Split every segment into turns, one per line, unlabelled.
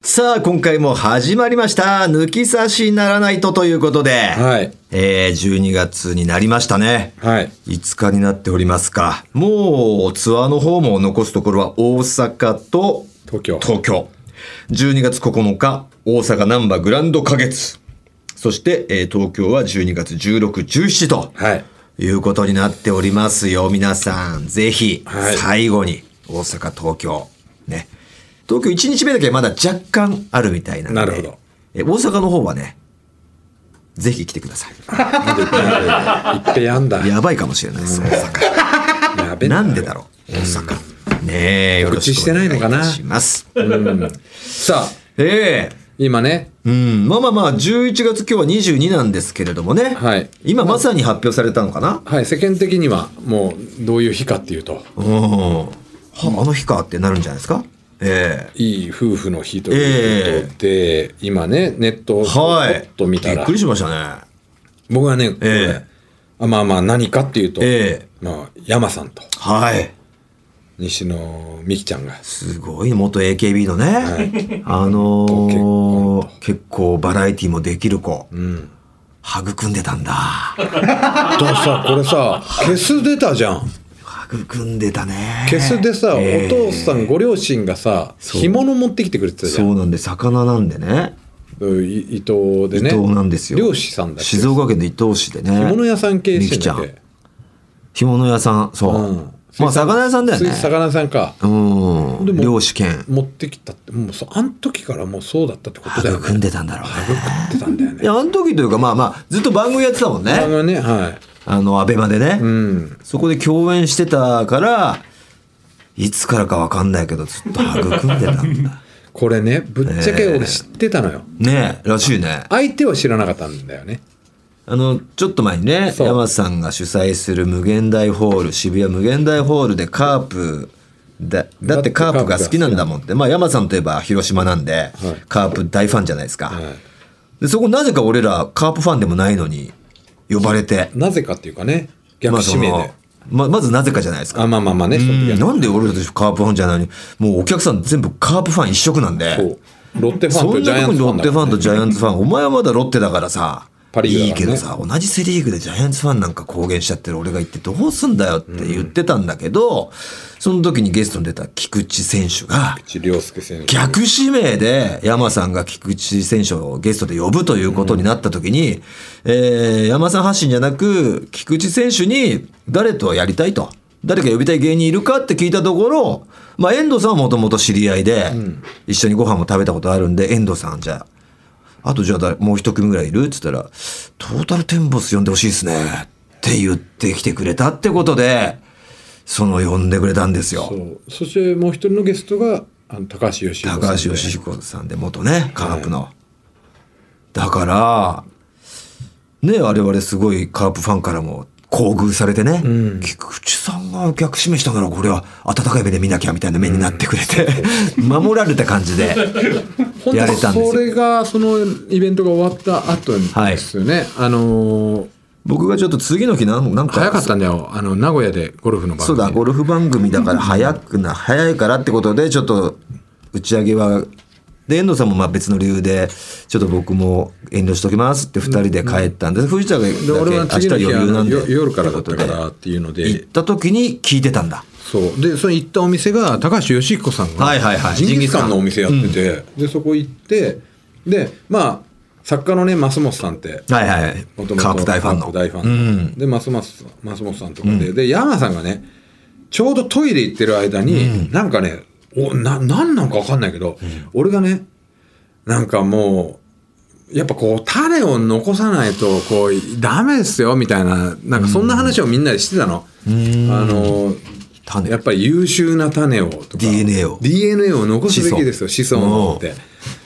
さあ、今回も始まりました。抜き差しならないとということで、
はい
えー、12月になりましたね。
はい
5日になっておりますか。もう、ツアーの方も残すところは大阪と
東京
東京。12月9日、大阪ナンバーグランド花月。そして、えー東京は12月16、17と。
はい
いうことになっておりますよ、皆さん。ぜひ、
はい
最後に、大阪、東京、ね。東京1日目だけまだ若干あるみたいなんで。
なるほど
え。大阪の方はね、ぜひ来てください。
いっぺんやんだ
やばいかもしれないです、大阪。
やべ
なんでだろう、大阪。ねえ、よろしくお願いいたします。
さあ
ええ
今ね
うん、まあまあまあ、11月今日は22なんですけれどもね。
はい
今まさに発表されたのかな、
はい世間的にはもうどういう日かっていうと
うん。はあの日かってなるんじゃないですかええ
いい夫婦の日ということで、今ねネットをちょ
はい。
っと見た
びっ
ら
くりしましたね。
僕はね、これ
え
あまあまあ何かっていうと、
ええ
まあ、山さんと
はい。
西野美紀ちゃんが
すごい、元 AKB のね。あのー結構バラエティもできる子。育んでたんだ。
だからさこれさ消す出たじゃん
育んでたね。
消すでさ、
ええ
お父さんご両親がさ
そう
干物持ってきてくれてたじゃ
そ
ん
うなんで、魚なんでね。
うんい伊藤でね
伊藤なんですよ。
漁師さんだっけ
静岡県の伊東市でね。
干物屋さん経営
み
し
き
て
ちゃ
んだっ
ん
け。
干物屋さん、そう。
うん
まあ、魚屋さんだよね
水。魚屋さんか
う
で
ん。
も
漁師兼。
持ってきたってもうそあん時からもうそうだったってことだよね
育んでたんだろうね。
食ってたんだよ
い
ね
や、あの時というか、まあまあ、ずっと番組やってたもんね。
あのねは
あの、アベマでね、
いうん
そこで共演してたから、いつからかわかんないけど、ずっと育んでたん だ。
これねぶっちゃけ俺知ってたのよ、
ねえ、らしいね。
相手は知らなかったんだよね
あの、ちょっと前にね、
そう
山さんが主催する無限大ホール、渋谷無限大ホールでカープ、だだってカープが好きなんだもんって、まあ山さんといえば広島なんで、カープ大ファンじゃないですか。でそこなぜか俺らカープファンでもないのに呼ばれて、
なぜかっていうかね逆
まあそ
指名で、
のままずなぜかじゃないですか
あ、。まあまあまあねその時はね
なんで俺たちカープファンじゃないのに、もうお客さん全部カープファン一色なん
そう
で、
ロッテファン
そ
と
ん
ジャ
な
イ
とこ
アン
に
ツフ
ロ
ァン
ッ
だ
テファンと
と
ジャイアンツファ ン、お前はまだロッテだからさ、
パリーグ
いい
だか
け
らね
どさ、同じセ・リーグでジャイアンツファンなんか公言しちゃってる俺が言ってどうすんだよって言ってたんだけど、その時にゲストに出た菊池選手が、
涼介選手
逆指名で山さんが菊池選手をゲストで呼ぶということになった時に、えー山さん発信じゃなく菊池選手に誰とやりたいと誰か呼びたい芸人いるかって聞いたところ、まあ、遠藤さんはもともと知り合いで、一緒にご飯も食べたことあるんで遠藤さんじゃああとじゃあ誰もう一組ぐらいいるっつったら「トータルテンボス呼んでほしいですね」って言ってきてくれたってことでその呼んでくれたんですよ。
そうそしてもう一人のゲストがあの高橋義彦さんで
高橋義彦さんで元ねカープの、だからね我々すごいカープファンからも厚遇されてね、菊池さんが逆指名したならこれは温かい目で見なきゃみたいな目になってくれて、 守られた感じで
本
や
当
れたんですよ
それがそのイベントが終わった後ですよね、あのー
僕がちょっと次の日なんなんか
早かったんだよあの名古屋でゴルフの番組
そうだゴルフ番組だから早くな早いからってことでちょっと打ち上げはで遠藤さんもまあ別の理由でちょっと僕も遠慮しときますって2人で帰ったんで藤田が
で俺は
だけ
次
明日余
の日あ
裕な
の
んで
よ夜からだったか
って
ら
こ
っていうの
とで行
で
った時に聞いてたんだ
そうでその行ったお店が高橋義彦さんが
はいはいはい
ジンギスカンのお店やってて、でそこ行ってでまあ作家のね増本さんって
はいはい
元々
カープ大ファンの
カープ大ファ
う
ン
ん
でますますますますさんとかで、で山さんがねちょうどトイレ行ってる間に、なんかねおななんなんか分かんないけど、俺がねなんかもうやっぱこう種を残さないとこうダメですよみたいななんかそんな話をみんなでしてたの。あの
種
やっぱり優秀な種をとか
DNA を
DNA を残すべきですよ子孫をって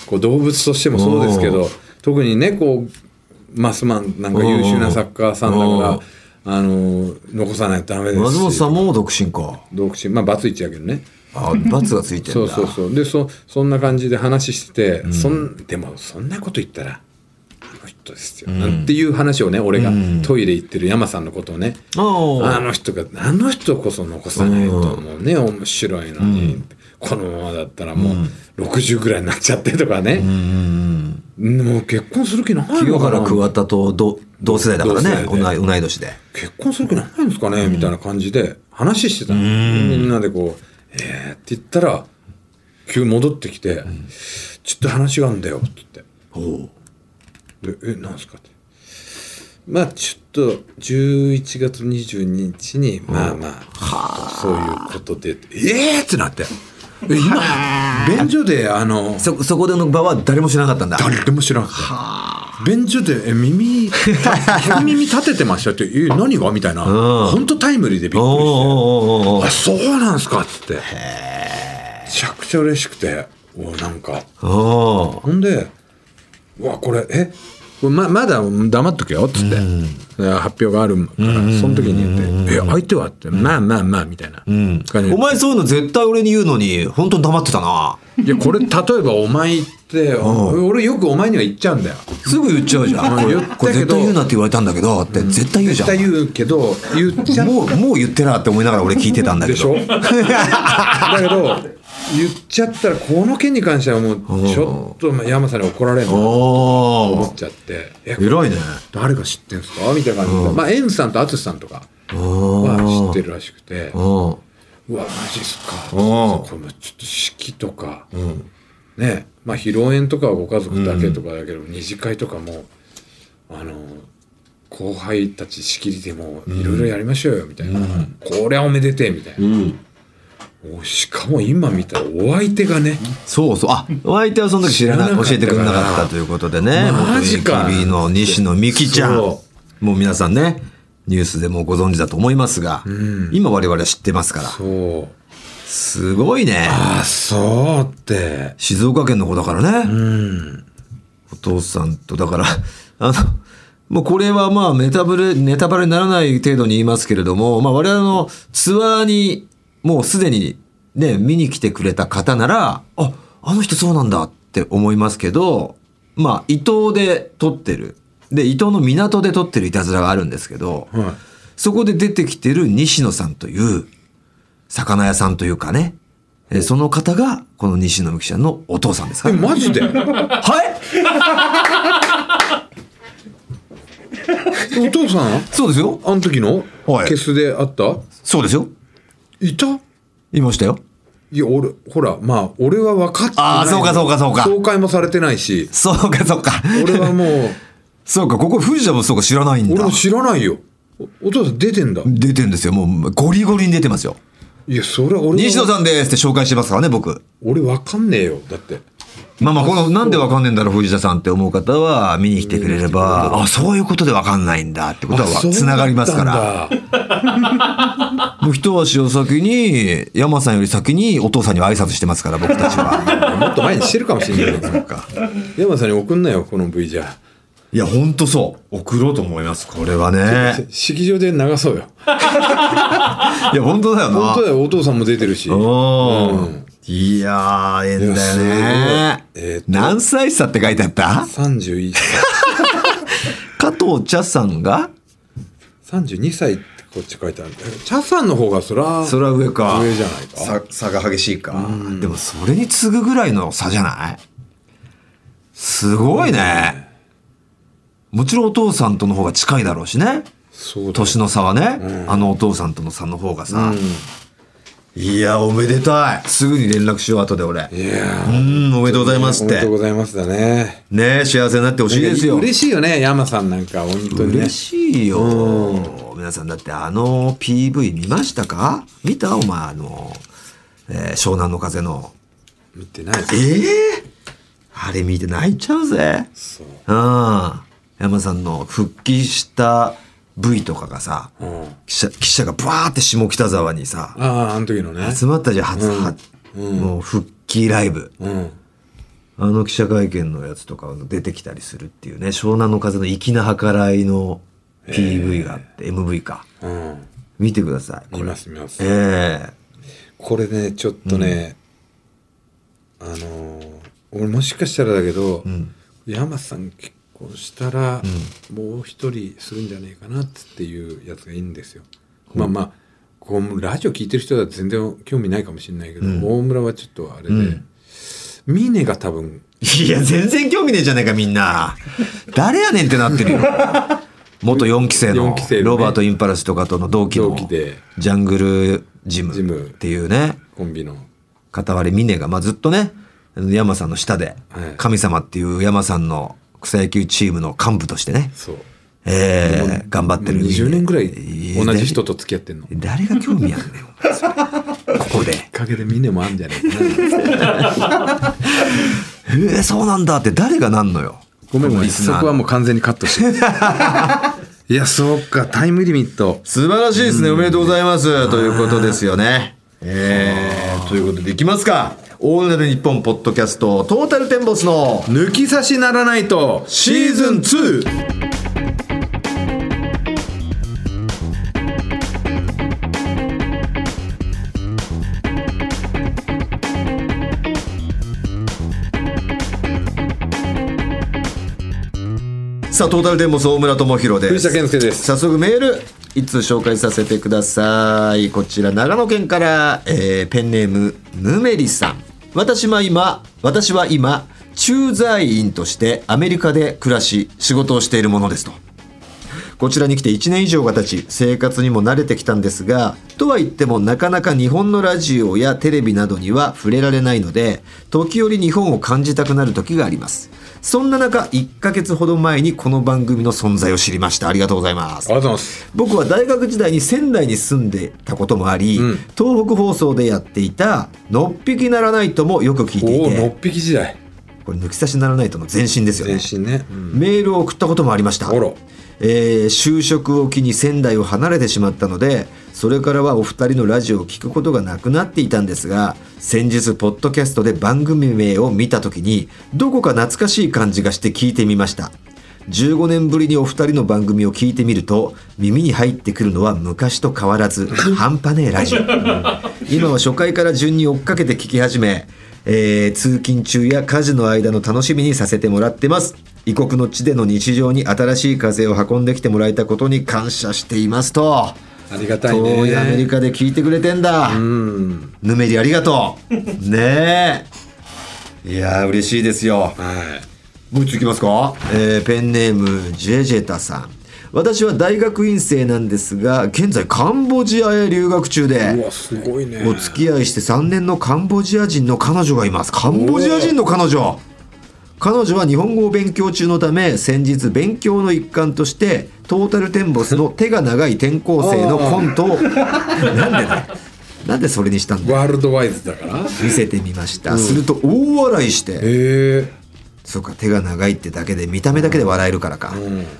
こう動物としてもそうですけど特にねこうマスマンなんか優秀な作家さんだ
うん
からあの残さないとダメです
松本
し
さんも独身か
独身まあバツイチやけどね
あ罰がついて
そ
ん
う
だ
そうそうでそそんな感じで話してて、そんでもそんなこと言ったらあの人ですよ、なんていう話をね俺がトイレ行ってる山さんのことをね、
ああ
あの人があの人こそ残さないと思うね面白いのに、このままだったらもう60ぐらいになっちゃってとかね、もう結婚する気ない
清
のか
原
な
桑田と同同世代だからね
同
同
世代
い同い年で
結婚する気ないんですかね、みたいな感じで話してたの、みんなでこう「えー」って言ったら急に戻ってきて「ちょっと話があるんだよ」って言って。
お
でえなんすかってまあちょっと11月22日にまあまあそういうことでええー、ってなってえ今便所であの
そそこでの場は誰も知らなかったんだ
誰でも知らなくて便所でえ耳 左耳立ててましたって「え何が?」みたいな本当タイムリーでびっくり
おー
して。
おーおーおー
あそうなんすかっつってめちゃくちゃ嬉しくておなんか
おー
ほんで「うわこれえこれままだ黙っとけよ」っつって、で発表があるからその時に言って「え相手は?」って「まあまあまあ」みたいな感じで
お前そういうの絶対俺に言うのに本当に黙ってたない
やこれ例えばお前って俺よくお前には言っちゃうんだよ
すぐ言っちゃうじゃん
うん
これ
言ったけど
これ絶対言うなって言われたんだけどって絶対言うじ
絶
ゃん
対言うけど言っちゃう
もうもう言ってなって思いながら俺聞いてたんだけ
でしょ
ど
だけど言っちゃったらこの件に関してはもうちょっとまあ山さんに怒られるの
お
思っ
ー
ちゃって「え
偉いね
誰が知ってんすか?」みたいな感じで、まあ、エンさんと淳さんとかは知ってるらしくて「
うん
うわマジっすか」
お
これもちょっと式とか、ねまあ披露宴とかはご家族だけとかだけど、二次会とかもあの後輩たち仕切りでもいろいろやりましょうよみたいな、こりゃおめでてえみたいな、おしかも今見たらお相手がね、
そうそうあお相手はその時知らな
知らなかった
教えてくれなかったということでね
マジか
元 AKB の西野美紀ちゃん
そ
もう皆さんねニュースでもご存知だと思いますが、今我々は知ってますから
そう
すごいね
あそうって
静岡県の子だからね、
うん
お父さんとだから あのもうこれはまあネタブレネタバレにならない程度に言いますけれども、まあ、我々のツアーにもうすでにね見に来てくれた方ならああの人そうなんだって思いますけどまあ伊東で撮ってるで伊東の港で撮ってるいたずらがあるんですけど、
はい
そこで出てきてる西野さんという魚屋さんというかねえその方がこの西野美紀ちゃんのお父さんですか
え
ら
マジで
はい
お父さん
そうですよ
あの時の
はい
ケスであった
そうですよ。
いた
いましたよ。
いや俺ほらまあ俺は分かってない
あーそうかそうかそうか
紹介もされてないし
そうか、そうか。
俺はもう
そうか、ここ藤田もそうか知らないん
俺
だ
も。知らないよおお父さん出てんだ
出てんですよ。もう、ゴリゴリに出てますよ。
いやそれは俺は
西野さんですって紹介してますからね、僕。
俺分かんねえよだって
まあまあ、この、なんでわかんねえんだろう、藤田さんって思う方は、見に来てくれれば、あ、そういうことでわかんないんだってことは、つながりますから。
ら
もう一足を先に、山さんより先にお父さんには挨拶してますから、僕たち は。
もっと前にしてるかもしれないなんか山さんに送んなよこの V じゃ
いや、ほんとそう。送ろうと思います、これはね。
式場で流そうよ
いや、本当だよな。
本当だよお父さんも出てるし
うんいやー、ええんだよね。
いやすごいえーと
何歳差って書いてあった
31歳
加藤茶さんが
32歳ってこっち書いてあるチャさんの方がそら
それは上か。
上じゃないか
さ差が激しいか。でもそれに次ぐぐらいの差じゃないすごいね。もちろんお父さんとの方が近いだろうしね。
そうだ
年の差はね、あのお父さんとの差の方がさ。いや、おめでたい。すぐに連絡しよう、後で俺。
いや
う
ー
ん、おめでとうございます
お
っ
め
て
でとう。ございますだね
ね幸せになってほしいですよ。
嬉しいよね山さんなんか本当にね
嬉しいよ、皆さんだってあの PV 見ましたか見たお前あの、えー湘南の風の
見てない
ええあれ見て泣いちゃうぜ
そう
うん山さんの復帰した V とかがさ
うんあ
記者記者がバーって下北沢にさ
ああの時のね
集まったじゃん初、はもう復帰ライブ
うん
あの記者会見のやつとかが出てきたりするっていうね湘南の風の粋な計らいの PV があって、MV か
うん
見てください。こ
見
れ
ます見ます
え
これねちょっとねあのー俺もしかしたらだけど山さん結婚したらもう一人するんじゃねえかなっていうやつがいいんですよまあまあこうラジオ聞いてる人だと全然興味ないかもしれないけど、大村はちょっとあれで、峰が多分
いや、全然興味ねえじゃねえか、みんな。誰やねんってなって るよ。元4期生の
四期生のね
ロバート・インパルスとかとの同期の
同期で
ジャングルジム
ジム
っていうね、
コンビの
片割れミネが、まあ、ずっとね、山さんの下で
はい、
神様っていう山さんの草野球チームの幹部としてね、
そう
えー、頑張ってる。
20年ぐらい
えー
同じ人と付き合ってんの
誰が興味あるねんお前それここで。
おかげで峰もあんじゃねえかな
えー、そうなんだって誰がなんのよ。
ごめんごめん
リス
そ
ナー
こはもう完全にカット していやそうかタイムリミット
素晴らしいですね。おめでとうございます。ということですよね。えー、ということでいきますか。オールナイトニッポンポッドキャスト、トータルテンボスの
抜き差しならないと
シーズン 2! さあ、トータルテンボス大村智弘です。
藤田健介です
早速メール、一通紹介させてください。こちら、長野県から、えーペンネーム、ぬめりさん。私は今、私は今、駐在員としてアメリカで暮らし、仕事をしているものですと。こちらに来て1年以上が経ち、生活にも慣れてきたんですが、とは言ってもなかなか日本のラジオやテレビなどには触れられないので、時折日本を感じたくなる時があります。そんな中、1ヶ月ほど前にこの番組の存在を知りました。ありがとうございます
あ。りがとうございます
僕は大学時代に仙台に住んでたこともあり、
うん
東北放送でやっていた「のっぴきならないと」もよく聞いてい
おおの
て
っぴき時代
これ抜き差しならないとの前身ですよ
全
ね
身ね、うん
メールを送ったこともありました
あら
えー就職を機に仙台を離れてしまったのでそれからはお二人のラジオを聞くことがなくなっていたんですが先日ポッドキャストで番組名を見た時にどこか懐かしい感じがして聞いてみました15年ぶりにお二人の番組を聞いてみると耳に入ってくるのは昔と変わら ず半端ねえラジオ今は初回から順に追っかけて聞き始め、えー通勤中や家事の間の楽しみにさせてもらってます異国の地での日常に新しい風を運んできてもらえたことに感謝していますと
ありがたいね
遠いアメリカで聞いてくれてんだ
うん
ぬめりありがと うねえいやー嬉しいですよ
は
もう一ついきますか、えーペンネームジェジェタさん私は大学院生なんですが現在カンボジアへ留学中で
い。うわ、すごいね。
お付き合いして3年のカンボジア人の彼女がいますカンボジア人の彼女彼女は日本語を勉強中のため先日勉強の一環としてトータルテンボスの手が長い転校生のコントを なんでだなんでそれにしたんだ
ワールドワイズだから。へ
見せてみました、すると大笑いして
え。
そうか手が長いってだけで見た目だけで笑えるからか、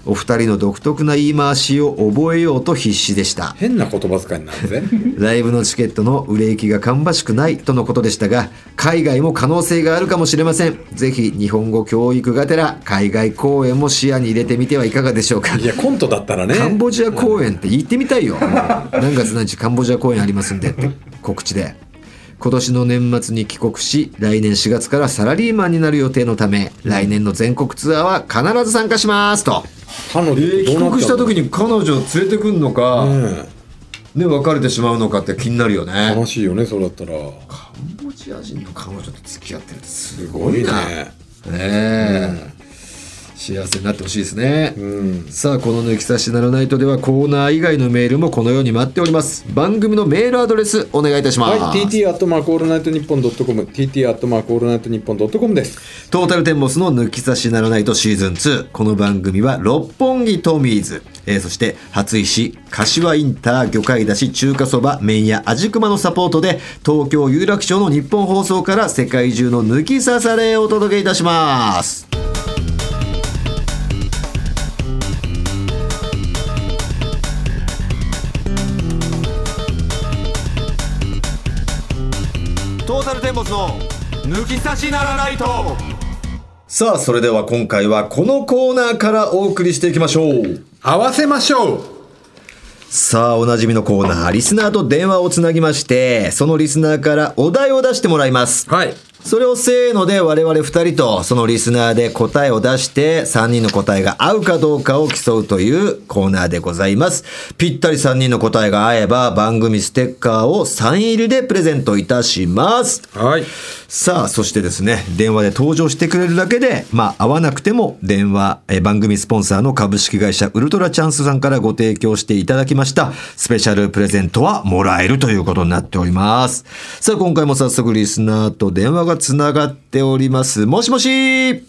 お二人の独特な言い回しを覚えようと必死でした
変な言葉遣いになるぜ。
ライブのチケットの売れ行きが芳しくないとのことでしたが海外も可能性があるかもしれませんぜひ日本語教育がてら海外公演も視野に入れてみてはいかがでしょうか
いや、コントだったらね。
カンボジア公演って言ってみたい よ何月何日カンボジア公演ありますんでって告知で今年の年末に帰国し来年4月からサラリーマンになる予定のため来年の全国ツアーは必ず参加しますと、
彼女
帰国した時に彼女を連れてくんのか、
うん。
ね別れてしまうのかって気になるよね
楽しいよね、そうだったら。
カンボジア人の彼女と付き合ってるってす
す
ご
ご
い
い
な。
ね。
ねえ幸せになってほしいですね。
うん。
さあこの「抜き差しならないと」ではコーナー以外のメールもこのように待っております番組のメールアドレスお願いいたします、
はい、TT アットマークオールナイトニッポンドットコム、TT アットマークオールナイトニッポンドットコムです。
トータルテンボスの抜き差しならないとシーズン2。この番組は六本木トミーズ、えーそして初石、柏インター、魚介だし、中華そば、麺屋、味熊のサポートで、東京有楽町の日本放送から世界中の抜き差されをお届けいたします。トータルテンボスの抜き差しならないとさあそれでは今回はこのコーナーからお送りしていきましょう
合わせましょう
さあおなじみのコーナーリスナーと電話をつなぎましてそのリスナーからお題を出してもらいます
はい。
それをせーので我々2人とそのリスナーで答えを出して3人の答えが合うかどうかを競うというコーナーでございます。ぴったり3人の答えが合えば番組ステッカーをサイン入りでプレゼントいたします。
はい。
さあ、そしてですね、電話で登場してくれるだけで、まあ、会わなくても電話、えー番組スポンサーの株式会社ウルトラチャンスさんからご提供していただきました、スペシャルプレゼントはもらえるということになっております。さあ、今回も早速リスナーと電話がつながっております。もしもし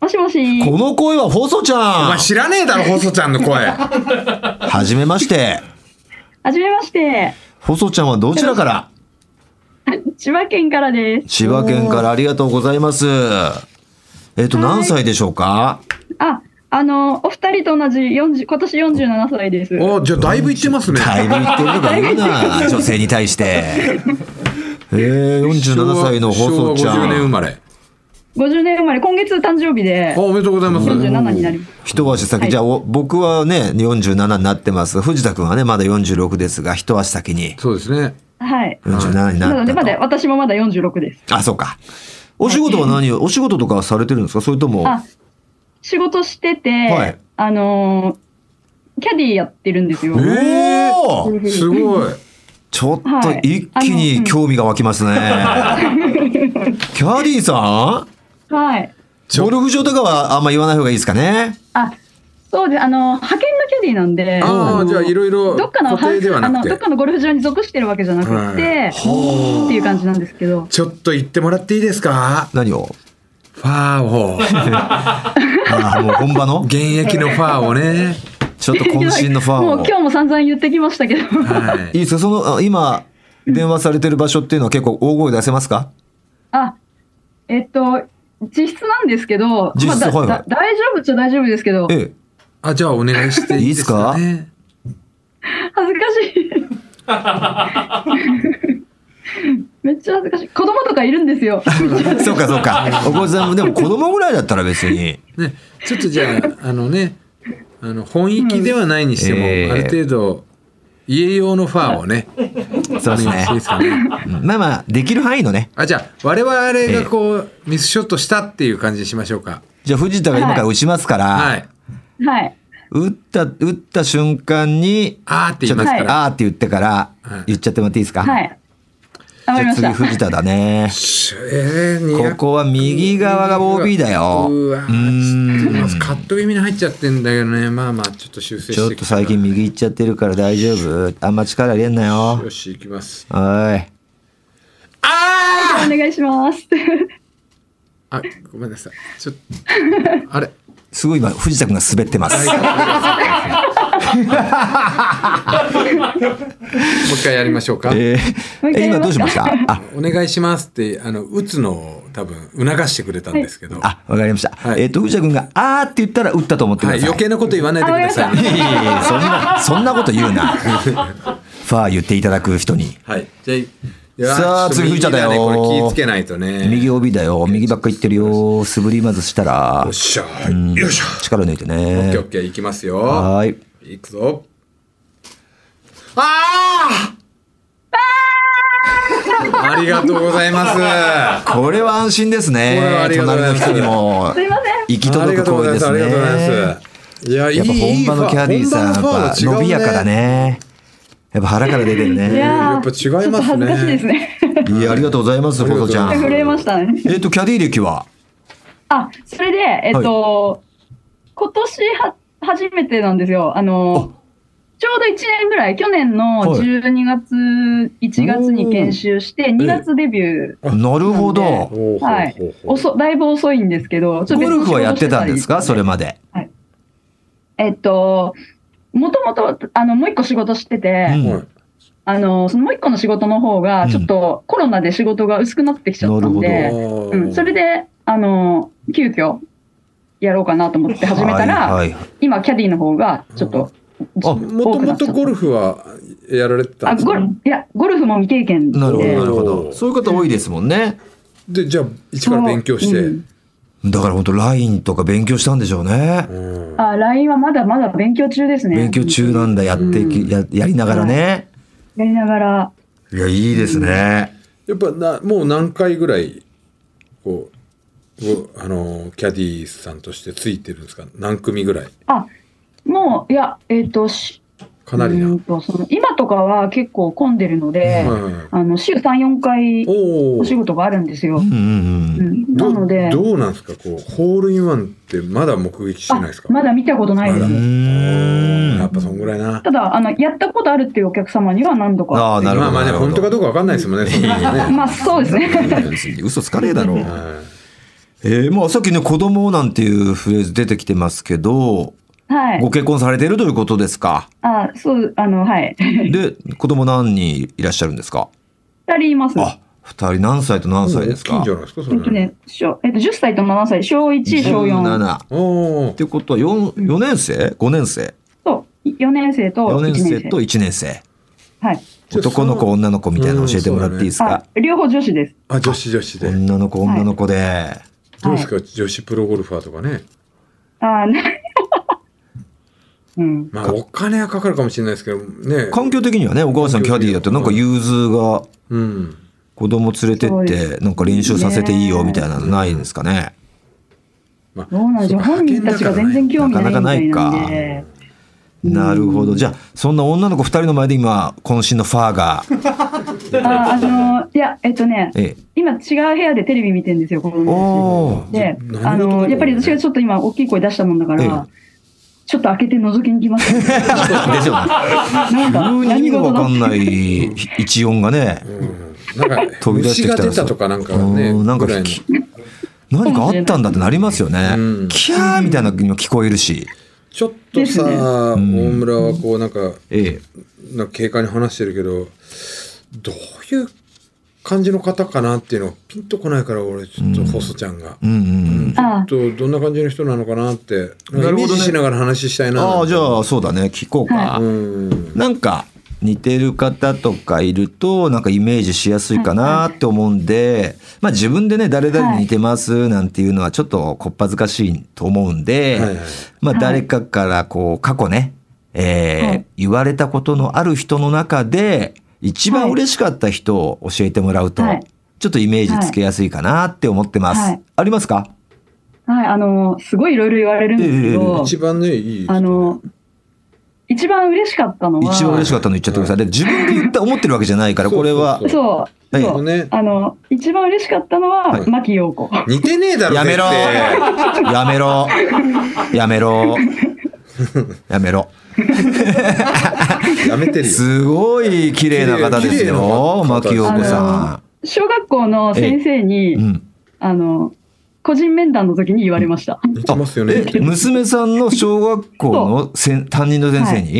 もしもし。
この声は細ち
お
ゃ
前
ん
知らねえだろ、細ちゃんの 声。
はじめまして。
はじめまして。
細ちゃんはどちらから
千葉県からです。
千葉県からありがとうございます。えっと、
はい
何歳でしょうか、
あ、あの、お二人と同じ40、今年47歳です。
お、じゃあだいぶいってますね。
だいぶ言ってるとか言うな、女性に対して。 えー、47歳の細ちゃ
昭和50年生
ん。
まれ。
50年生まれ、今月誕生日で
あ、、おめでとうございます。
47になります。
一足先、
はい
じゃあお僕はね、47になってますが、藤田君はね、まだ46ですが、一足先に
そうですね。
はい。
47に
な
な
の
っ
で、
た
ま
と。
だ私もまだ46です。
あ、そうか。お仕事は何を、お仕事とかはされてるんですかそれとも、
あ、仕事してて、
はい
あのー、キャディーやってるんですよ。
え
おー
すごい。
ちょっと
はい
一気
あのう
に
ん
興味が湧きますね。キャディーさん
はい。
ゴルフ場とかはあんま言わない方がいいですかね
あ、そうです。あの、派遣のキャディーなんで、
ああ、
の
じゃあいろいろ
どっかの
固定では
あ
な
の
く
どってか。のゴルフ場に属してるわけじゃなくて、っていう感じなんですけど。
ちょっと言ってもらっていいですか
何を
ファーを。
あーもう本場の
現役のファーをね。
ちょっと渾身のファンを。
もう今日も散々言ってきましたけど。
はい
い。いですかその、あ今、電話されてる場所っていうのは結構大声出せますか
あ、えっと、実質なんですけど、
実質
だ
はいはい
だ大丈夫っちゃ大丈夫ですけど、
え
あ、じゃあお願いしていいですか
い
ね。
恥ずかしい。 めっちゃ恥ずかしい。子供とかいるんで すよ。
え。そうかそうか。お子さんも、でも子供ぐらいだったら別に。
ね、ちょっとじゃあ、あのね、あの本域ではないにしても、
うんえー
ある程度、家用のファーをね、
そうです
お願い
ね
していい。ですかね。
うんまあまあ、できる範囲のね。
あ、じゃあ、我々がこう、ミスショットしたっていう感じにしましょうか。
じゃあ藤田が今から打ちますから、
はい。
はい。
打った、打った瞬間に、
あーって
ちょ
言い
っと、
ますか
はい
ら。
あーって言ってから
うん、
言っちゃってもらっていいですか
はい。わか
じ
り
ゃあ
まし
次
た。
藤田だ ね。
えー200
ここは右側が OB だよ
うわ
う
ー
ーん
ちょっとまずカット気味に入っちゃってんだけどね。まあまあ、ちょっと修正して
ちょっと最近右行っちゃってるから大丈夫あんま力入れんなよ
よ。し、行きます。
おい。
あ
お願いします。
ああごめんなさい。ちょっと、あれ
すごい今、藤田君が滑ってます。
もう一回やりましょうか。
え
もう一
ー、
回
今
やりますか
どうしましたあ、
お願いしますって、あの、打つのを多分促してくれたんですけど。
あ、わかりました。
はい
えっ、と、藤田君が、あーって言ったら打ったと思ってく
は
だ
い、
さい。
余計なこと言わないでくださ
あわか
い。
いやいやいやそんな、そんなこと言うな。 ファー言っていただく人に。
はい。じゃあ、
さあ
いやちょっと
次藤田だよ
右ねこれ気ぃつけないとね。
右
よ
帯だよ。右ばっか言ってるよ。素振りまずしたら
っ、しゃー。よいしょ。
力抜いて
オッケー
ね
オ。ッケー、いきますよ。
はーい。
いくぞ。ああありがとうございます。あ
これは安心ですね。
これはありがとうご
隣
ざ
の人
います
にも
す、いません。
行き届
りが
く
とうござ
声
い
で
ます。
す
あり
ね。
がとうございます。いや、いい
やっぱ本場のキャディーさん、やっぱ伸びやかだ。ね。やっぱ腹から出てる
い
ね。
やー
やっぱ違いますね
ちょっと恥ずかしいですね。
いや、ありがとうございます、
ありが
細
とうご
ち
ざい
ゃ
ま
ん
す。
震えましたね。
えっ、と、キャディー歴は
あ、それで、えっと、今年は初めてなんですよ。あの、ちょうど1年ぐらい、去年の
はい
12月、1月に研修して、2月デビュ
なるほ
なん
ど。
お
ー。はい。遅だいぶ遅いんですけど、ちょっ
ゴ
と別
ル
の仕
フ
事
はやってたんですか
して
そ
たり
れまで。
えっと、もともと、あの、もう一個仕事してて、
うん
あの、そのもう一個の仕事の方が、ちょっとコロナで仕事が薄くなってきちゃったん
な
で、うん、それで、あの、急遽やろうかなと思って始めたら、
はいはい、
今、キャディの方が、ちょっと、
あ
もともとゴルフはやられてた
あ
んです
ゴ
か
ルいや、ゴルフも未経験で。
なるほど、なるほ
え
ど。
ー
そういう方多いですもんね。
で、じゃあ、一から勉強し
う
て
ん。
だから本当ラインとか勉強したんでしょうね。
うん
あ、LINE はまだまだ勉強中ですね。
勉強中なんだ、やっていき、
うん
や、やりながらね。
やりながら、
いや、いいですね。
やっぱな、もう何回ぐらいこううあのキャディーさんとしてついてるんですか何組ぐらい
あ、もう、いや、えっ、と、し
かなりな、
うーんとその今とかは結構混んでるので、
はいはいはい
あの週3、4回
お
お仕
ー
事があるんですよ。
うんうん
う
うん。
ん、な
ど
ので、
どうなんですかこうホールインワンってまだ目撃して
あ
ないですか
まだ見たことないで
ま
す
だ
う。ーん
やっぱそんぐらいな
ただあの、やったことあるっていうお客様には何度か。
ああ、なるほ
ま
ど。
あまあ
な
ね
るほど
本当かどうかわかんないですもんねそんな のね
まあ、そうですね。
別に嘘つかねえだろう。
はい
えー、まあさっきね、子供なんていうフレーズ出てきてますけど、
はい
ご。結婚されてるということですか。
あそう、あの、はい。2
で、子供何人いらっしゃるんですか
人います。
あ、二人何歳と何歳です
大きい
か
んじゃないですかそ
え
れ
っとね、小えっと、10歳と7歳、小1、小4。
17。っ
おー
てことは 4, 4年生 ?5 年生
と、4年生と
?4 年
1年生。
生と1年生。
はい。
じゃあ
男の
そ
子、
の
女の子みたいなの教えてもらっていいです
あ
か、
両方女子です。
あ女子女子で
女の子、女の子で。
どうですか女子プロゴルファーとかね
あな うん。
まあお金はかかるかもしれないですけどね
環境的にはね、お母さんキャディーだって、なんか融通が
うん
子供連れて
そう
っ
で
て、なんか練習させていいよみたいなのないんですかね。
まあ
どうなんでしょう。
そうか
本人たちが全然興味ないみた
な
い
か
な
なか
ん
な
で。
なるほど。じゃあ、そんな女の子2人の前で今、渾身のファーが。
あ、あのいや、えっとね、
ええ、
今違う部屋でテレビ見てんですよ、子供
お
た
ー
ち。で
じ、ゃ
あ
何事だろう
の
ね
やっぱり私がちょっと今大きい声出したもんだから
え、
ちょっと開けて覗きに 来ます。
でしょうね。
なんか
急に意味
何
が
事
わか
だ。
んない一音がね、
うんなんか
飛び出してき
虫が
た
出
です
た
よ
とかなんかね
うんなんか
ぐらいの
き何かあったんだってなりますよね。
うん
キャーみたいなのにも聞こえるし。
ちょっと
です
さ
ね
大村はこうなんか
ええ。
なんか警官に話してるけどどういう感じの方かなっていうのがピンとこないから俺ちょっと細ちゃんが。
うんうんうん。
あ
ちょっとどんな感じの人なのかなってイ
なるほどね
メージしながら話したいな
ああ、じゃあそうだね。聞こうか
あ。うん
なんか似てる方とかいるとなんかイメージしやすいかなって思うんで、まあ自分でね誰々に似てますなんていうのはちょっとこっぱずかしいと思うんで、
はいはい
まあ
はい
誰かからこう過去ね、えー
はい
言われたことのある人の中で一番
はい
嬉しかった人を教えてもらうと、
はい
ちょっとイメージつけやすいかなって思ってます。
はい
ありますか？
はい、あのすごいいろいろ言われるんですけ
ええええ
ど、
一番ねいい人
あの一番嬉しかったのは、
一番嬉しかったの言っちゃってください。で自分で言った思ってるわけじゃないから
そう
こ
そう
れ
そう
は
そう。
はい
そう
ね
あの、一番嬉しかったのは、
はい
牧陽子。
似てねえだろ
やめ ろ
絶対
やめろ。やめろ。やめろ。
やめてるよ
すごい綺麗な方です
綺麗な方
よ。牧陽子さ
小学校の先生に、
ん。うん。
あの、個人面談の時に言われました。
似てますよね
え、娘さんの小学校のせん担任の先生に、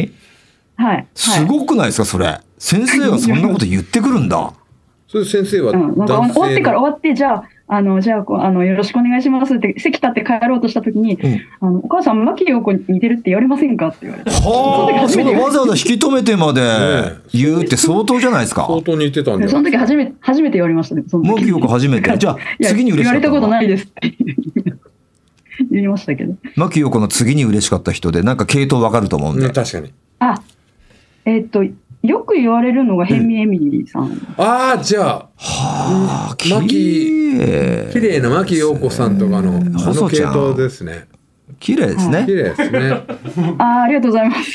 はい。はい
すごくないですか、それ。先生がそんなこと言ってくるんだ。
それ先生は
うん、なんか
男性
終わってから
の
終わって、じゃあ、あの、じゃあ、こうあの、よろしくお願いしますって、席立って帰ろうとした時に、
うん
あの、お母さん、牧陽子に似てるって言われませんかって言われて。
はあ、そのわざわざ引き止めてまで
ね
言うって相当じゃないですか。
相当似てたんだ
でそ
よ
の時初めて、初めて言われましたね。その時
牧陽子初めて。じゃあ、
いや
次に嬉し
言わ
かっ
れ
たの
たこと
は。
ないですって 言いましたけど。
牧陽子の次に嬉しかった人で、なんか系統わかると思うんで
ね。確かに
あ、えっ、と、よく言われるのがヘンミーエミリーさん。
ああじゃあうん
綺
牧
麗
綺麗な牧陽子さんとかのあの
細ち
系
ゃん
統ですね
綺麗です
綺
ね。
麗ですね
あーありがとうございます。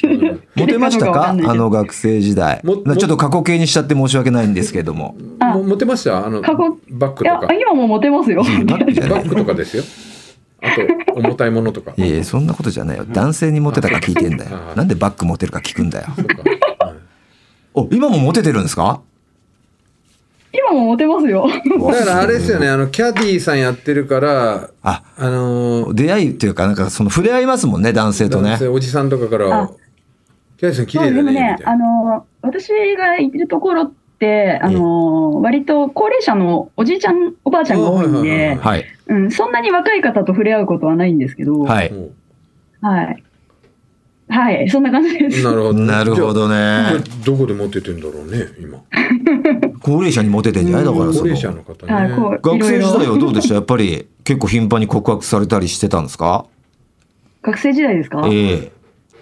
モテましたかあの学生時代。ち
も
ょっと過去形にしちゃって申し訳ないんですけども。
あ
もモテましたあの
過去
バッグ
い
と
や
か、
今もモテますよ。
バッグじゃな
バ
い
ッグとかですよあと重たいものとか
いやいや、そんなことじゃないよ。男性にモテたか聞いてんだよ
あ。あ
なんでバックモテるか聞くんだよ。
とかはい
お、今もモテてるんですか
今もモテますよ。
だからあれですよね、あの、キャディーさんやってるから、
あ、
あのー、
出会いっていうか、なんかその触れ合いますもんね、男性と
男
ね
性。おじさんとかから
あ、
キャディーさん綺
そう
麗
で
だ
も
ね、み
ね
たい、
あ
な。
の私がいるところって、あの割と高齢者のおじいちゃん、おばあちゃんが多いん
あはいはいはい
で、
はい。
うん、そんなに若い方と触れ合うことはないんですけど、
は
はい。
い。
も
はい、そんな感じで
う
す。
なるほど。
なるほど
じゃあ。
ね。
これどこで持っててんだろうね、今。
高齢者にモテてんじゃないだから
高
その
齢。者の方
はい、こ
学
ね。
う、いろい
生時代
ろ。
はどうでしたやっぱり結構頻繁に告白されたりしてたんですか
学生時代ですか
ええ。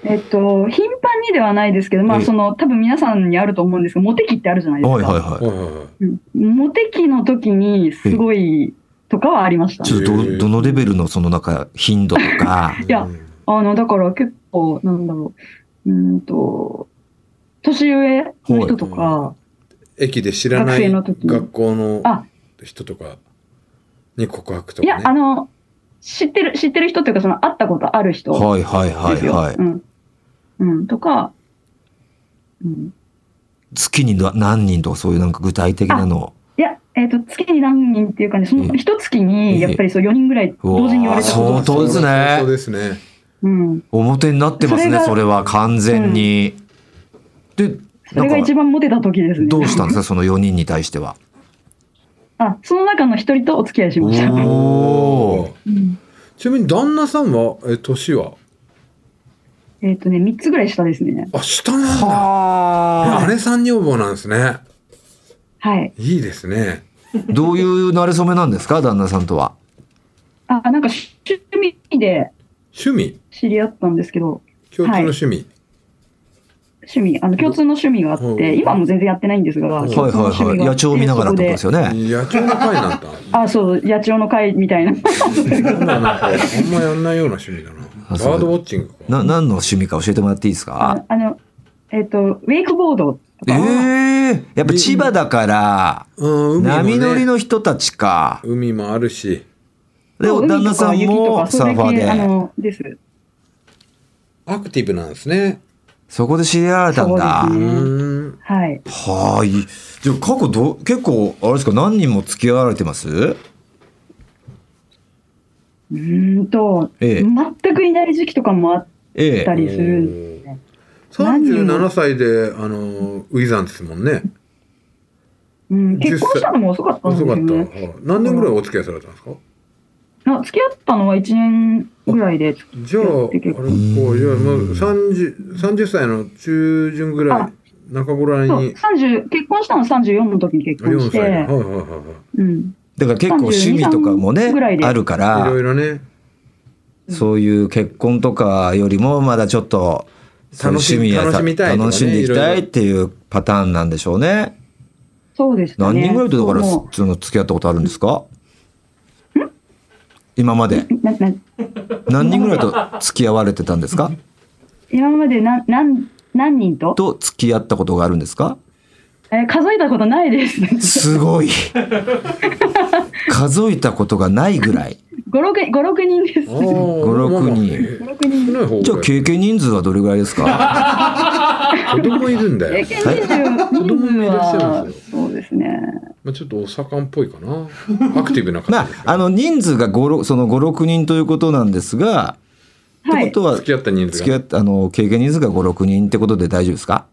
えっと、頻繁にではないですけど、ま
え
あ、
え
その、多分皆さんにあると思うんですけど、モテ期ってあるじゃないですか。
はいはいはい。
はいはいはい。
うんモテ期の時にすごいとかはありました。
ちょっとど、どのレベルのその中、頻度と か、
いやあの、だから結構、なんだろう、うーんと、年上の人とか、
駅で知らない
学生の時に
学校の
あ、
人とかに告白と
い
か、
や
ね、、
あの、知ってる、知ってる人っていうか、その、会ったことある人
はいはいは
です
い
よ。
はい。
うん。うん、とか、うん。
月にな何人とかそういうなんか具体的なの。
いや、えっ、と、月に何人っていうかね、そ
え
の
え
一月に、やっぱりそう、4人ぐらい同時に言われたこと
あ
が
相当ですね
相当ですね。
うん。
表になってます
そ
ね、
れ
それ
が
は完全に。で、
そ
な
れが
ん
一
か、
番モテた時ですね。
どうしたんですか、その4人に対しては。
あ、その中の一人とお付き合いしました。
おーおー
うん
ちなみに旦那さんはえ年は
えっ、とね、3つぐらい下ですね。
あ下なんだ。
は
姉さん女房なんですね。
はい。
いいですね。
あ。どういう馴れ初めなんですか、旦那さんとは。
あ、なんか趣味で
趣味
知り合ったんですけど、
共通の趣味。
趣味、あの、共通の趣味があっ
う
て、
ん
今はもう全然やってないんですが、
はい
はい
共通の趣
は
味
いはい。
が
野
あって
鳥を見ながらってことですよね。
野鳥の会なんだ。
そこであ、そう、野鳥の会みたいな。
そんななんかあんまやんないような趣味だな。
あ
バ
そう
ードウォッチングか。
な、何の趣味か教えてもらっていいですか
ああの、えっ、と、ウェイクボードと
ええ
か、
やっぱ千葉だから、
うん、海も、ね、
波乗りの人たちか。
海もあるし。
で、
そう
旦那さん
海と
も
か雪と
サ
か
ーファー
それ系あ
で。
の、です。
アクティブなんですね。
そこで知り合われたんだ
そう。で
う
すね
ーん。
はい。
はーい。じゃあ過去ど、結構、あれですか、何人も付き合われてます
うーんと、
ええ
全くいない時期とかもあっ
え
た
え。
りするんですね。
37歳で、あの、ウィザンですもんね。
うん、結婚したのも遅かったんで
遅
す
か
よ
った。
ね。
何年ぐらいお付き合いされたんですか
な付き合ったのは1年ぐらいで、
じゃあ、あれか、じゃあもう 30, 30歳の中旬ぐら
あ
い、中頃
そう
に、
30結婚したの34の時に結婚
4
して、
歳。はいはいは
うん、
だから結構趣味とかもね
32ぐらい、で
あるか
いはい。いろい
ら、
ろね、
そういう結婚とかよりも、まだちょっと、そういう趣味や
楽しみたいとかね
楽しんでいきた
いろい
い
ろ
っていうパターンなんでしょうね。
そうでしたね。
何人ぐらいとだから、
も
その付き合ったことあるんですか今まで
うなな
何人ぐらいと付き合われてたんですか
今まで何何何人と
と付き合ったことがあるんですか
えー数えたことないです。
すごい数えたことがないぐらい
5、6, 五六人です。
あ
5、
ー
5-6
まあまあ
人
6人。
少ない方
じゃあ
が
経験人数はどれぐらいですか
子供いるんだ
経
よ。
験20
子供もいらっしゃるん
は
です、
そうですね。
まあ、ちょっとお盛んっぽいかな。アクティブな
ま
感
あ
じですね、
あの人数が56その56人ということなんですが、
は
ってこ。
い
とは
付き合った人数
付
が。
き合ったあの経験人数が56人ってことで大丈夫ですか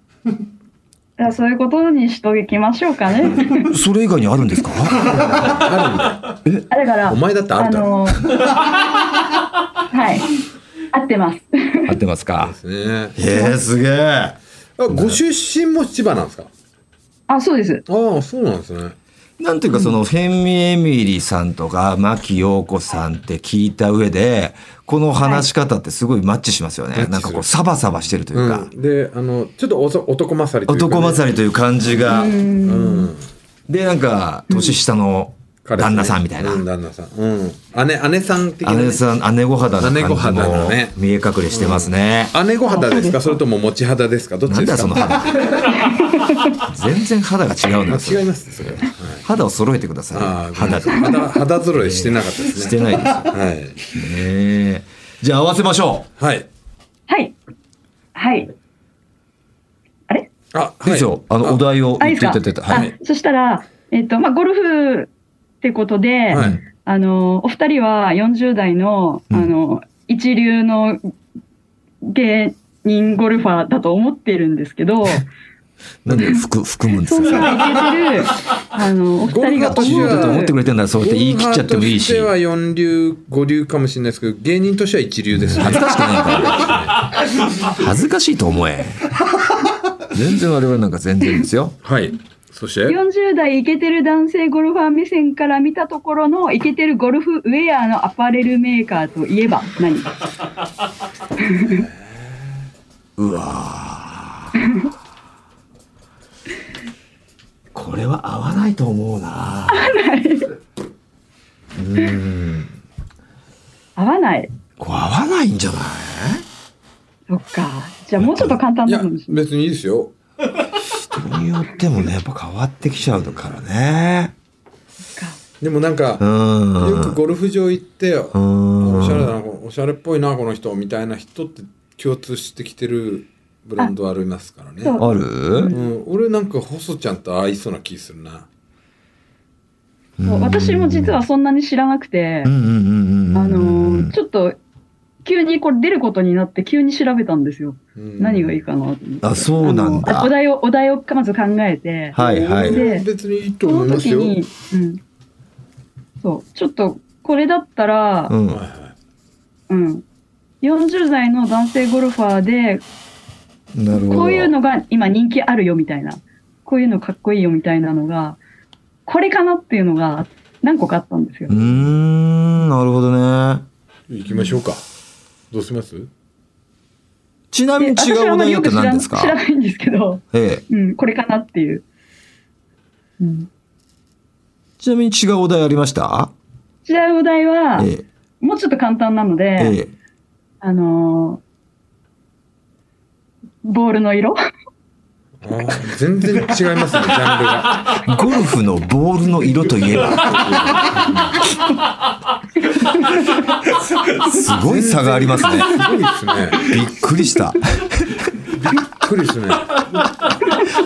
じゃあそういうことにしときましょうかね。
それ以外にあるんですか
あるんだよ。
あだから、
お前だってあるだろ
のーはい。合ってます。
合ってますか
ですね。
えー、すげえ
あ、ご出身も千葉なんですか。
あ、そうです。
ああ、そうなんですね。
なんていうかそのフェミ・エミリーさんとか牧陽子さんって聞いた上でこの話し方ってすごいマッチしますよね、
マッチする
なんかこうサバサバしてるといううか
ん、、で、あの、ちょっとおそ男勝りというかね。
男勝りという感じが、
り。うん。
でなんか年下の
彼氏
旦
ね
那さんみたいな、
うん、旦那さん。うん。姉、姉さん的なね。
姉さん姉御肌の
姉御
感じ
肌の
も
ね
見え隠れしてますね、
姉御肌ですか、それとも持ち肌ですか、どっ
な
ち
ん
で
だ
す
その
か。
肌全然肌が違うなそ
あ違
れ
いますね、それは。はい
肌を揃えてくださ
あ
い
あ、肌
肌で
肌、肌揃いしてなかったですね。
してないですよ
はい。
ねじゃあ合わせましょ
はい。
はい。はい。あれ
あ、
う、
は
い、
い
いですよあのお題を
あ、い
言っ
いで
て
す
い
か
ただいてはい
い
あそしたら、えっと、まあ、ゴルフってことで、
はい
あの、お二人は40代の、
うん
あの、一流の芸人ゴルファーだと思ってるんですけど、
なんで含 含むんで
そ
す
ん
か
なイケてる、あの、お二人が
ち
ゴ
ょ
ル
っ
ファー
と
と
思って
思
く
う、
れてんだらそうやって言い切っちゃってもいいし
ゴルファーとしては4流、5流かもしれないですけど、芸人としては一流ですね。
恥ずかしくないから恥ずかしいと思え全然我々なんか全然ですよ
はい。そして、
40代イケてる男性ゴルファー目線から見たところのイケてるゴルフウェアのアパレルメーカーといえば何
うわーこれは合わないと思うなうん。
合わない。
こう合わないんじゃない
そっか。じゃあもうちょっと簡単
い
な
や
のにしま
別にいいですよ
人によってもね、やっぱ変わってきちゃうからね。
すか。
でもなんか、
うん。
よくゴルフ場行って、
うん。
おしゃれだなこのおしゃれっぽいなこの人みたいな人って共通してきてるブランドありますからね
あそう
あ
う
る
ん、俺なんか細ちゃんと合いそうな気するな
そう私も実はそんなに知らなくて
う、んうんうんうん。
あのーちょっと急にこれ出ることになって急に調べたんですよ。
うん
何がいいかなと思って。
あ、そうなん
あの
だ
お。題を、お題をまず考えて、
はいはい
俺
で
別にいいと
そ
思い
の
ます
時
よ、
に、うん。そう、ちょっとこれだったら、
うん。
はいはい
うん。40代の男性ゴルファーで、
なるほど。
こういうのが今人気あるよみたいな、こういうのかっこいいよみたいなのが、これかなっていうのが何個かあったんですよ
うー。ん、なるほどね。
行きましょうかどうします
ちなみに
で
違
私は
う
あ
お
ま
題
りよ
っ
く
て
知ら
何
ん
です
知
から
ないんですけど、
ええ。
うん、これかなっていう。うん、
ちなみに違うお題ありました
違うお題は、
ええ。
もうちょっと簡単なので、
ええ。
あのーボールの色
あー全然違いますねジャンルが
ゴルフのボールの色とい えば。すごい差がありますね。
すごいですね
びっくりした。
びっくりですね、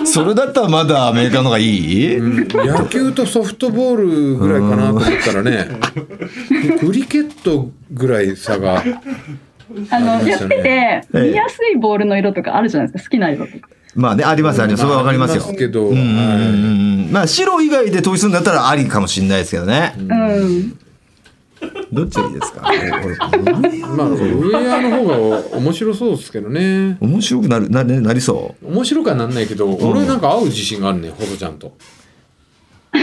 それだったらまだアメリカの方がいい、
うん野球とソフトボールぐらいかなと思ったらねクリケットぐらい差が
あの
ありま
や
し
ったて
ね
て、
ええ
見やすいボールの色とかあるじゃないですか好きな色とか
まあね、ありますあり ます。それはわかりますよ。
あけど、
うんうんうん
はい
うんまあ白以外で統一するんだったらありかもしれないですけどね。
うん
どっちがいいです か
まあ、ウェアの方が面白そうですけどね。
面白くなる、な、ねなりそ
面白くはなんないけど、俺なんか合う自信があるね、ほどちゃんと。
う。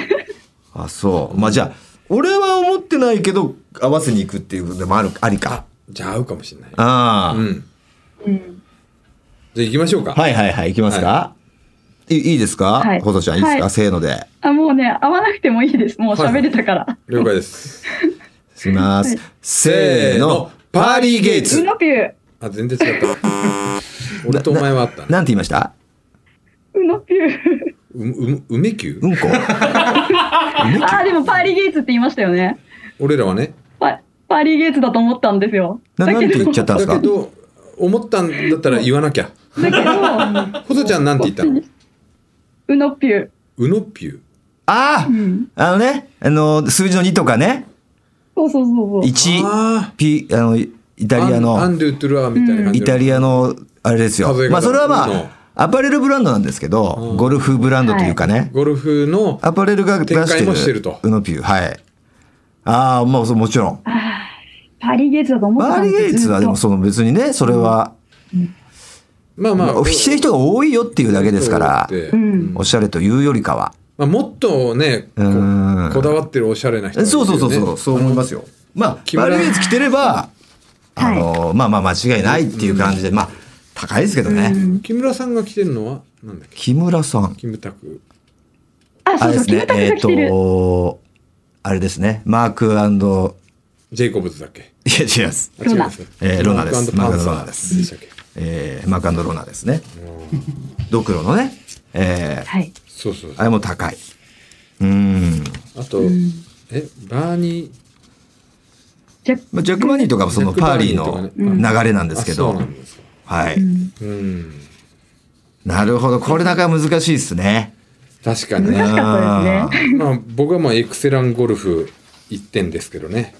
あ、そう。まあじゃあ、俺は思ってないけど、合わせに行くっていうのもある、ありか。
じゃあ合うかもしれない。
ああ、
うん。
うん
じゃあ行きましょうか。
はいはいはい、行きますか、い、いいですか
はい
ほとちゃん、いいですか、
はい
せーので。
あもうね合わなくてもいいですもう喋れたから、
了解です。
いきます。せ
せ
ー
ー
の
の、
パーリーゲイ
う
ツ。
のぴゅう
あ、全然違った。俺とお前はあったね。
なんて言いました
うのぴゅう
う、う、梅球
うんこ
あーでもパーリーゲイツって言いましたよね
俺らはね。
パパーリーゲイツだと思ったんですよ
な
だ
なん
け
て
ど
言っちゃったんで
だ
すか
けど、思ったんだったら言わなきゃ。
だけど
ほどちゃんなんて言ったの
うのぴゅう
うのぴゅ
ああ、
ん
あのね、あの、数字の2とかね、
そうそうそうそう
1、
ああ。
ピ、あの、イタリア
アン
の、
ドゥトゥルアーみたいな感じ。
イタリアの、あれですよ
数え。方
まあ、それはま
の
あ、アパレルブランドなんですけど、ゴルフブランドというかね、
ゴルフの、
アパレルが出
展開も
し
してて
る
ると
うのピュー。はい。ああ、まあ、そうもちろん。
パーリーゲイツだと思って
バ
た
ー
ん
リ
です
ー
よ
ゲイツはで
ずっと
もその別にね、それは、
まあまあ、
まあ知ってる人が多いよっていうだけですから、
うん
おしゃれというよりかは。
まあ、もっとね、
う
こうんこだわってるおしゃれな人、
えそうそうそうそう、そう思いますよ。まあ、
木
バ
村
ーリーゲイツ着てれば、あ
はい
の、まあまあ間違いないっていう感じで、まあ、高いですけど
あ
ね。
の。木村さんが着てるのは、なんだっけ、
木村さん。
キムタク。
あ
あ
そ
れ
う
で
そう
す
キム
ね、
タク
え
が
っ
来てる
と、あれですね、マークいや
ジェイコブズだっけ。
違います。
あ
ロナ
違います
えーロナです
マーク
マークロ
ロ
ナ
ナ
で
ですす。でしたっけ
えーマークローナーですね。
うん
ドクロのね、えー
はい
そうそう
あれも高い。うん。
あと、え、バーニー。
じゃ
まあ、ジャック・マニーとかもその
ジャック
パー
バニ
リー
ーとか
の
ね
流れなんですけ
あ
ど、
そうなんですか。
はい。
うん。
なるほど。これなかなか難しいですね。
確かに
難
ね。
しかったですね
まあ、僕はまあ、エクセランゴルフ一点ですけどね。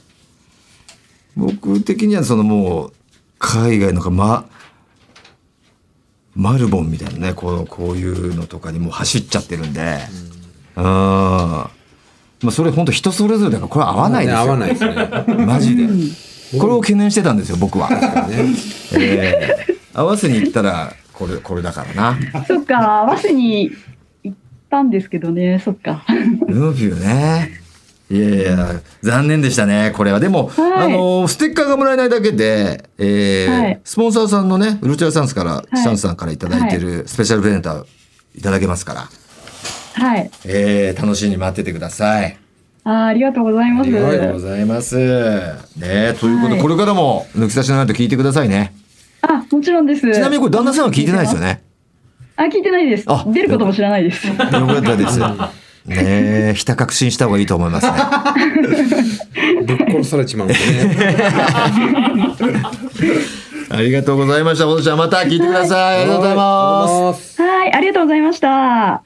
僕的にはそのもう、海外のか、ま、マルボンみたいなね、この、こういうのとかにもう走っちゃってるんで、うん。まあ、それ本当人それぞれだから、これ合わないですよ。
ね合わないですね。
マジで。これを懸念してたんですよ、 僕は。 ええ合わせに行ったら、これ、これだからな。
そっか合わせに行ったんですけどねそっか
ルービューね。いやいや、残念でしたね、これは。でも、
はい
あの、ステッカーがもらえないだけで、えー
はい
スポンサーさんのね、ウルチャーサンスから、
い
サンスさんからいただいてるスペシャルプレゼンターいただけますから、
はい
えー楽しみに待っててください。
あーありがとうござい
あ
ます。
りがとうご
あ、
ざいます。ねということ
は
で、
い
これからも、抜き差しのないと聞いてくださいね。
もちろんです。
ちなみにこれ、旦那さんは聞いてないですよね。
あ、聞いてないです
あ。
出ることも知らないです。
よかったです。ねえ、ひた確信した方がいいと思いますね。
ぶっ殺されちまうんでね。
ありがとうございました。おとちゃん、また聞いてください。ありがとうございます。
す。
はい、ありがとうございました。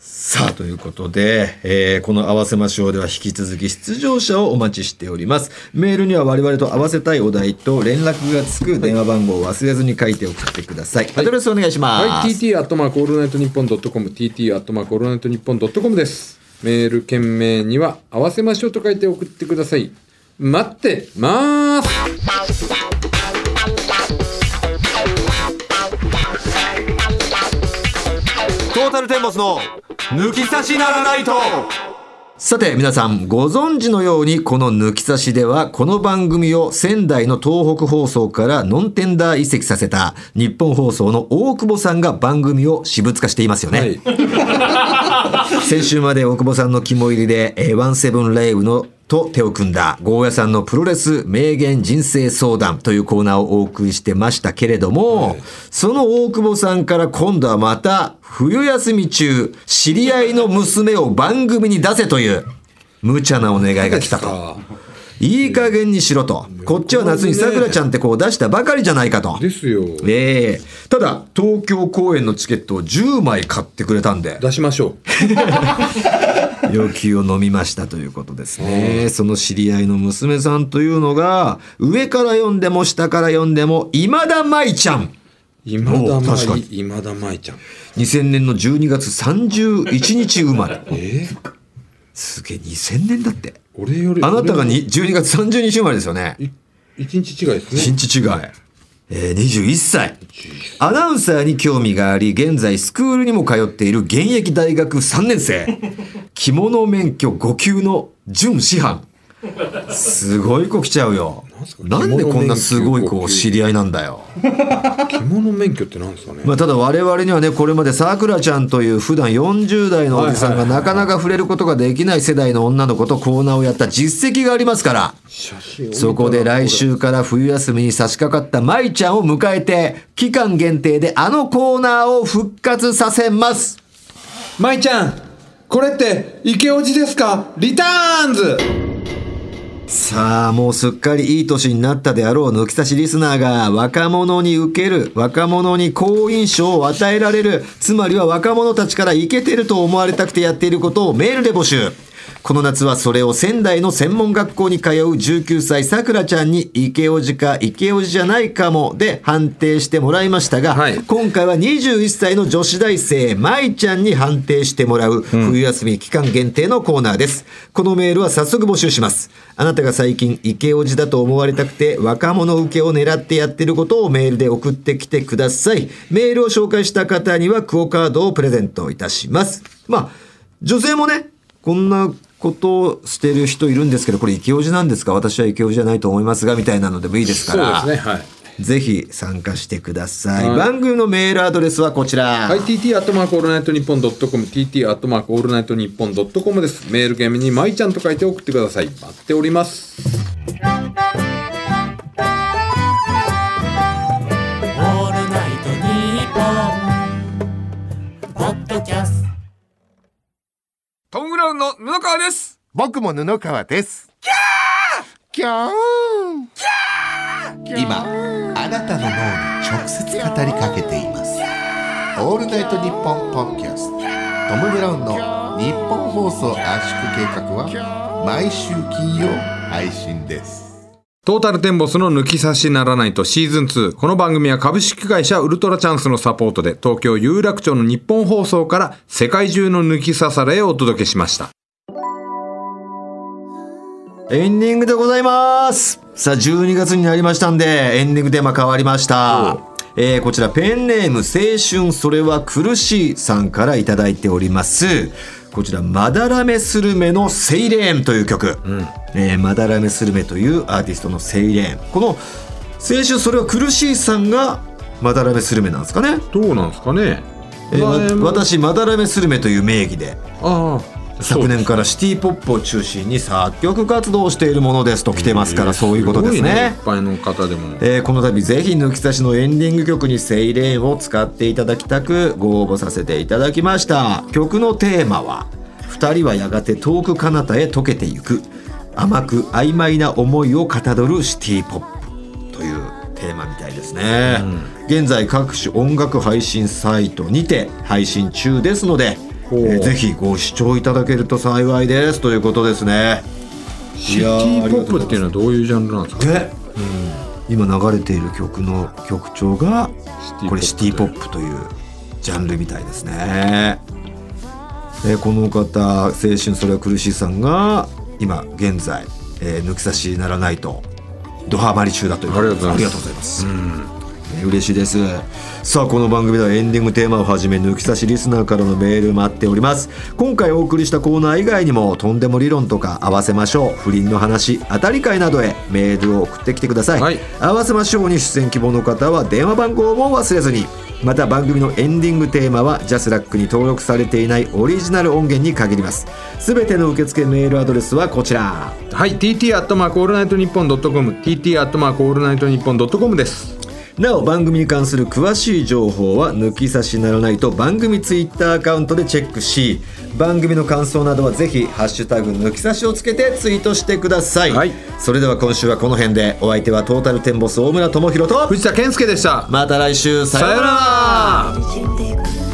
さあ、ということで、えーこの合わせましょうでは引き続き出場者をお待ちしております。メールには我々と合わせたいお題と連絡がつく電話番号を忘れずに書いて送ってください。アドレスお願いします。
はい、TT アットマークオールナイトニッポンドットコム、TT アットマークオールナイトニッポンドットコムです。メール件名には合わせましょうと書いて送ってください。待ってまーす。
トータルテンボスの抜き差しならないとさて皆さんご存知のようにこの抜き差しではこの番組を仙台の東北放送からノンテンダー移籍させた日本放送の大久保さんが番組を私物化していますよね、
はい。
先週まで大久保さんの肝入りで、えー、ワンセブンレイブのと手を組んだ、ゴーヤさんのプロレス名言人生相談というコーナーをお送りしてましたけれども、その大久保さんから今度はまた、冬休み中、知り合いの娘を番組に出せという、無茶なお願いが来たと。
さあ
いい加減にしろと。こっちは夏にさくらちゃんって子を出したばかりじゃないかと。
ですよ。
ええただ、東京公演のチケットを10枚買ってくれたんで。
出しましょ
要求を飲みましたということですね。その知り合いの娘さんというのが、上から読んでも下から読んでも、今田舞ちゃん。
う。今田
お確か
舞
に、
今田舞ちゃん。
2000年の12月31日生まれ。
えー、
すげえ、2000年だって。
俺より。
あなたが
俺よ
に12月30日生まれですよね。
り。い一日違いです
新
ね。
地違い。えー、21歳。アナウンサーに興味があり、現在スクールにも通っている現役大学3年生。着物免許5級の準師範。すごい子来ちゃうよ
なんす。か
なんでこんなすごい子を知り合いなんだよ。
着物免許ってなんですかね。
まあ、ただ我々にはねこれまでさくらちゃんという普段40代のおじさんがなかなか触れることができない世代の女の子とコーナーをやった実績がありますから。
写真
そこで来週から冬休みに差し掛かった舞ちゃんを迎えて、期間限定であのコーナーを復活させます。
舞ちゃんこれって池オジですかリターンズ
さあ、もうすっかりいい年になったであろう抜き差しリスナーが若者に受ける、若者に好印象を与えられる、つまりは若者たちからイケてると思われたくてやっていることをメールで募集。この夏はそれを仙台の専門学校に通う19歳さくらちゃんにイケオジかイケオジじゃないかもで判定してもらいましたが、
はい
今回は21歳の女子大生、舞ちゃんに判定してもらう、冬休み期間限定のコーナーです。このメールは早速募集します。あなたが最近、イケオジだと思われたくて、若者受けを狙ってやってることをメールで送ってきてください。メールを紹介した方には、クオカードをプレゼントいたします。まあ、女性もね、こんなことをしてる人いるんですけど、これイケオジなんですか私はイケオジじゃないと思いますが、みたいなのでもいいですから。
そうですねはい
ぜひ参加してください。
はい
番組のメールアドレスはこちら。
はい、TT アットマークオールナイトニッポンドットコム、TT アットマークオールナイトニッポンドットコムです。メールゲームに舞ちゃんと書いて送ってください。待っております。
オールナイトニッポン」ポッドキャスト
トム・ブラウンの布川です
僕も布川です。キャー
今あなたの脳に直接語りかけています「オールナイトニッポン」ポッドキャストトム・ブラウンの日本放送圧縮計画は毎週金曜配信です
トータルテンボスの抜き差しならないとシーズン2。この番組は株式会社ウルトラチャンスのサポートで東京有楽町の日本放送から世界中の抜き差されをお届けしました。
エンディングでございます。さあ、12月になりましたんで、エンディングテーマ変わりました。えーこちらペンネーム青春それは苦しいさんからいただいております。こちら、まだらめスルメのセイレーンという曲。えーまだらめスルメというアーティストのセイレーン。この青春それは苦しいさんがまだらめスルメなんですかね。
どうなんですかね
えーわ
まあ
私、まだらめスルメという名義で
ああ、
昨年からシティ・ポップを中心に作曲活動をしているものですと来てますからそういうことです
ごい
ね
いっぱいの方でも。
えーこの度ぜひ抜き差しのエンディング曲に「セイレーン」を使っていただきたくご応募させていただきました曲のテーマは「二人はやがて遠く彼方へ溶けてゆく甘く曖昧な思いをかたどるシティ・ポップ」というテーマみたいですね、現在各種音楽配信サイトにて配信中ですので、え
う
ーぜひご視聴いただけると幸いですということですね
シティ・ポップっていうのはどういうジャンルなんですか
で、今流れている曲の曲調がこれシティ・ポップというジャンルみたいですね。えーこの方青春それは苦しいさんが今現在、えー抜き差しならないとドハマり中だということです
あ
あ
り
り
が
が
と
と
う
うございます。えー嬉しいですさあこの番組ではエンディングテーマをはじめ抜き差しリスナーからのメール待っております今回お送りしたコーナー以外にもとんでも理論とか合わせましょう不倫の話当たり会などへメールを送ってきてください、
はい
合わせましょうに出演希望の方は電話番号も忘れずにまた番組のエンディングテーマはジャスラックに登録されていないオリジナル音源に限りますすべての受付メールアドレスはこちら
はい、TT アットマークオールナイトニッポンドットコム、TT アットマークオールナイトニッポンドットコムです。
なお番組に関する詳しい情報は抜き差しならないと番組ツイッターアカウントでチェックし番組の感想などはぜひ「ハッシュタグ抜き差し」をつけてツイートしてください、
はい
それでは今週はこの辺でお相手はトータルテンボス大村智広と
藤田健介でした。
また来週さ
さ
よう
よう
な
な
ら
ら
縮んでいく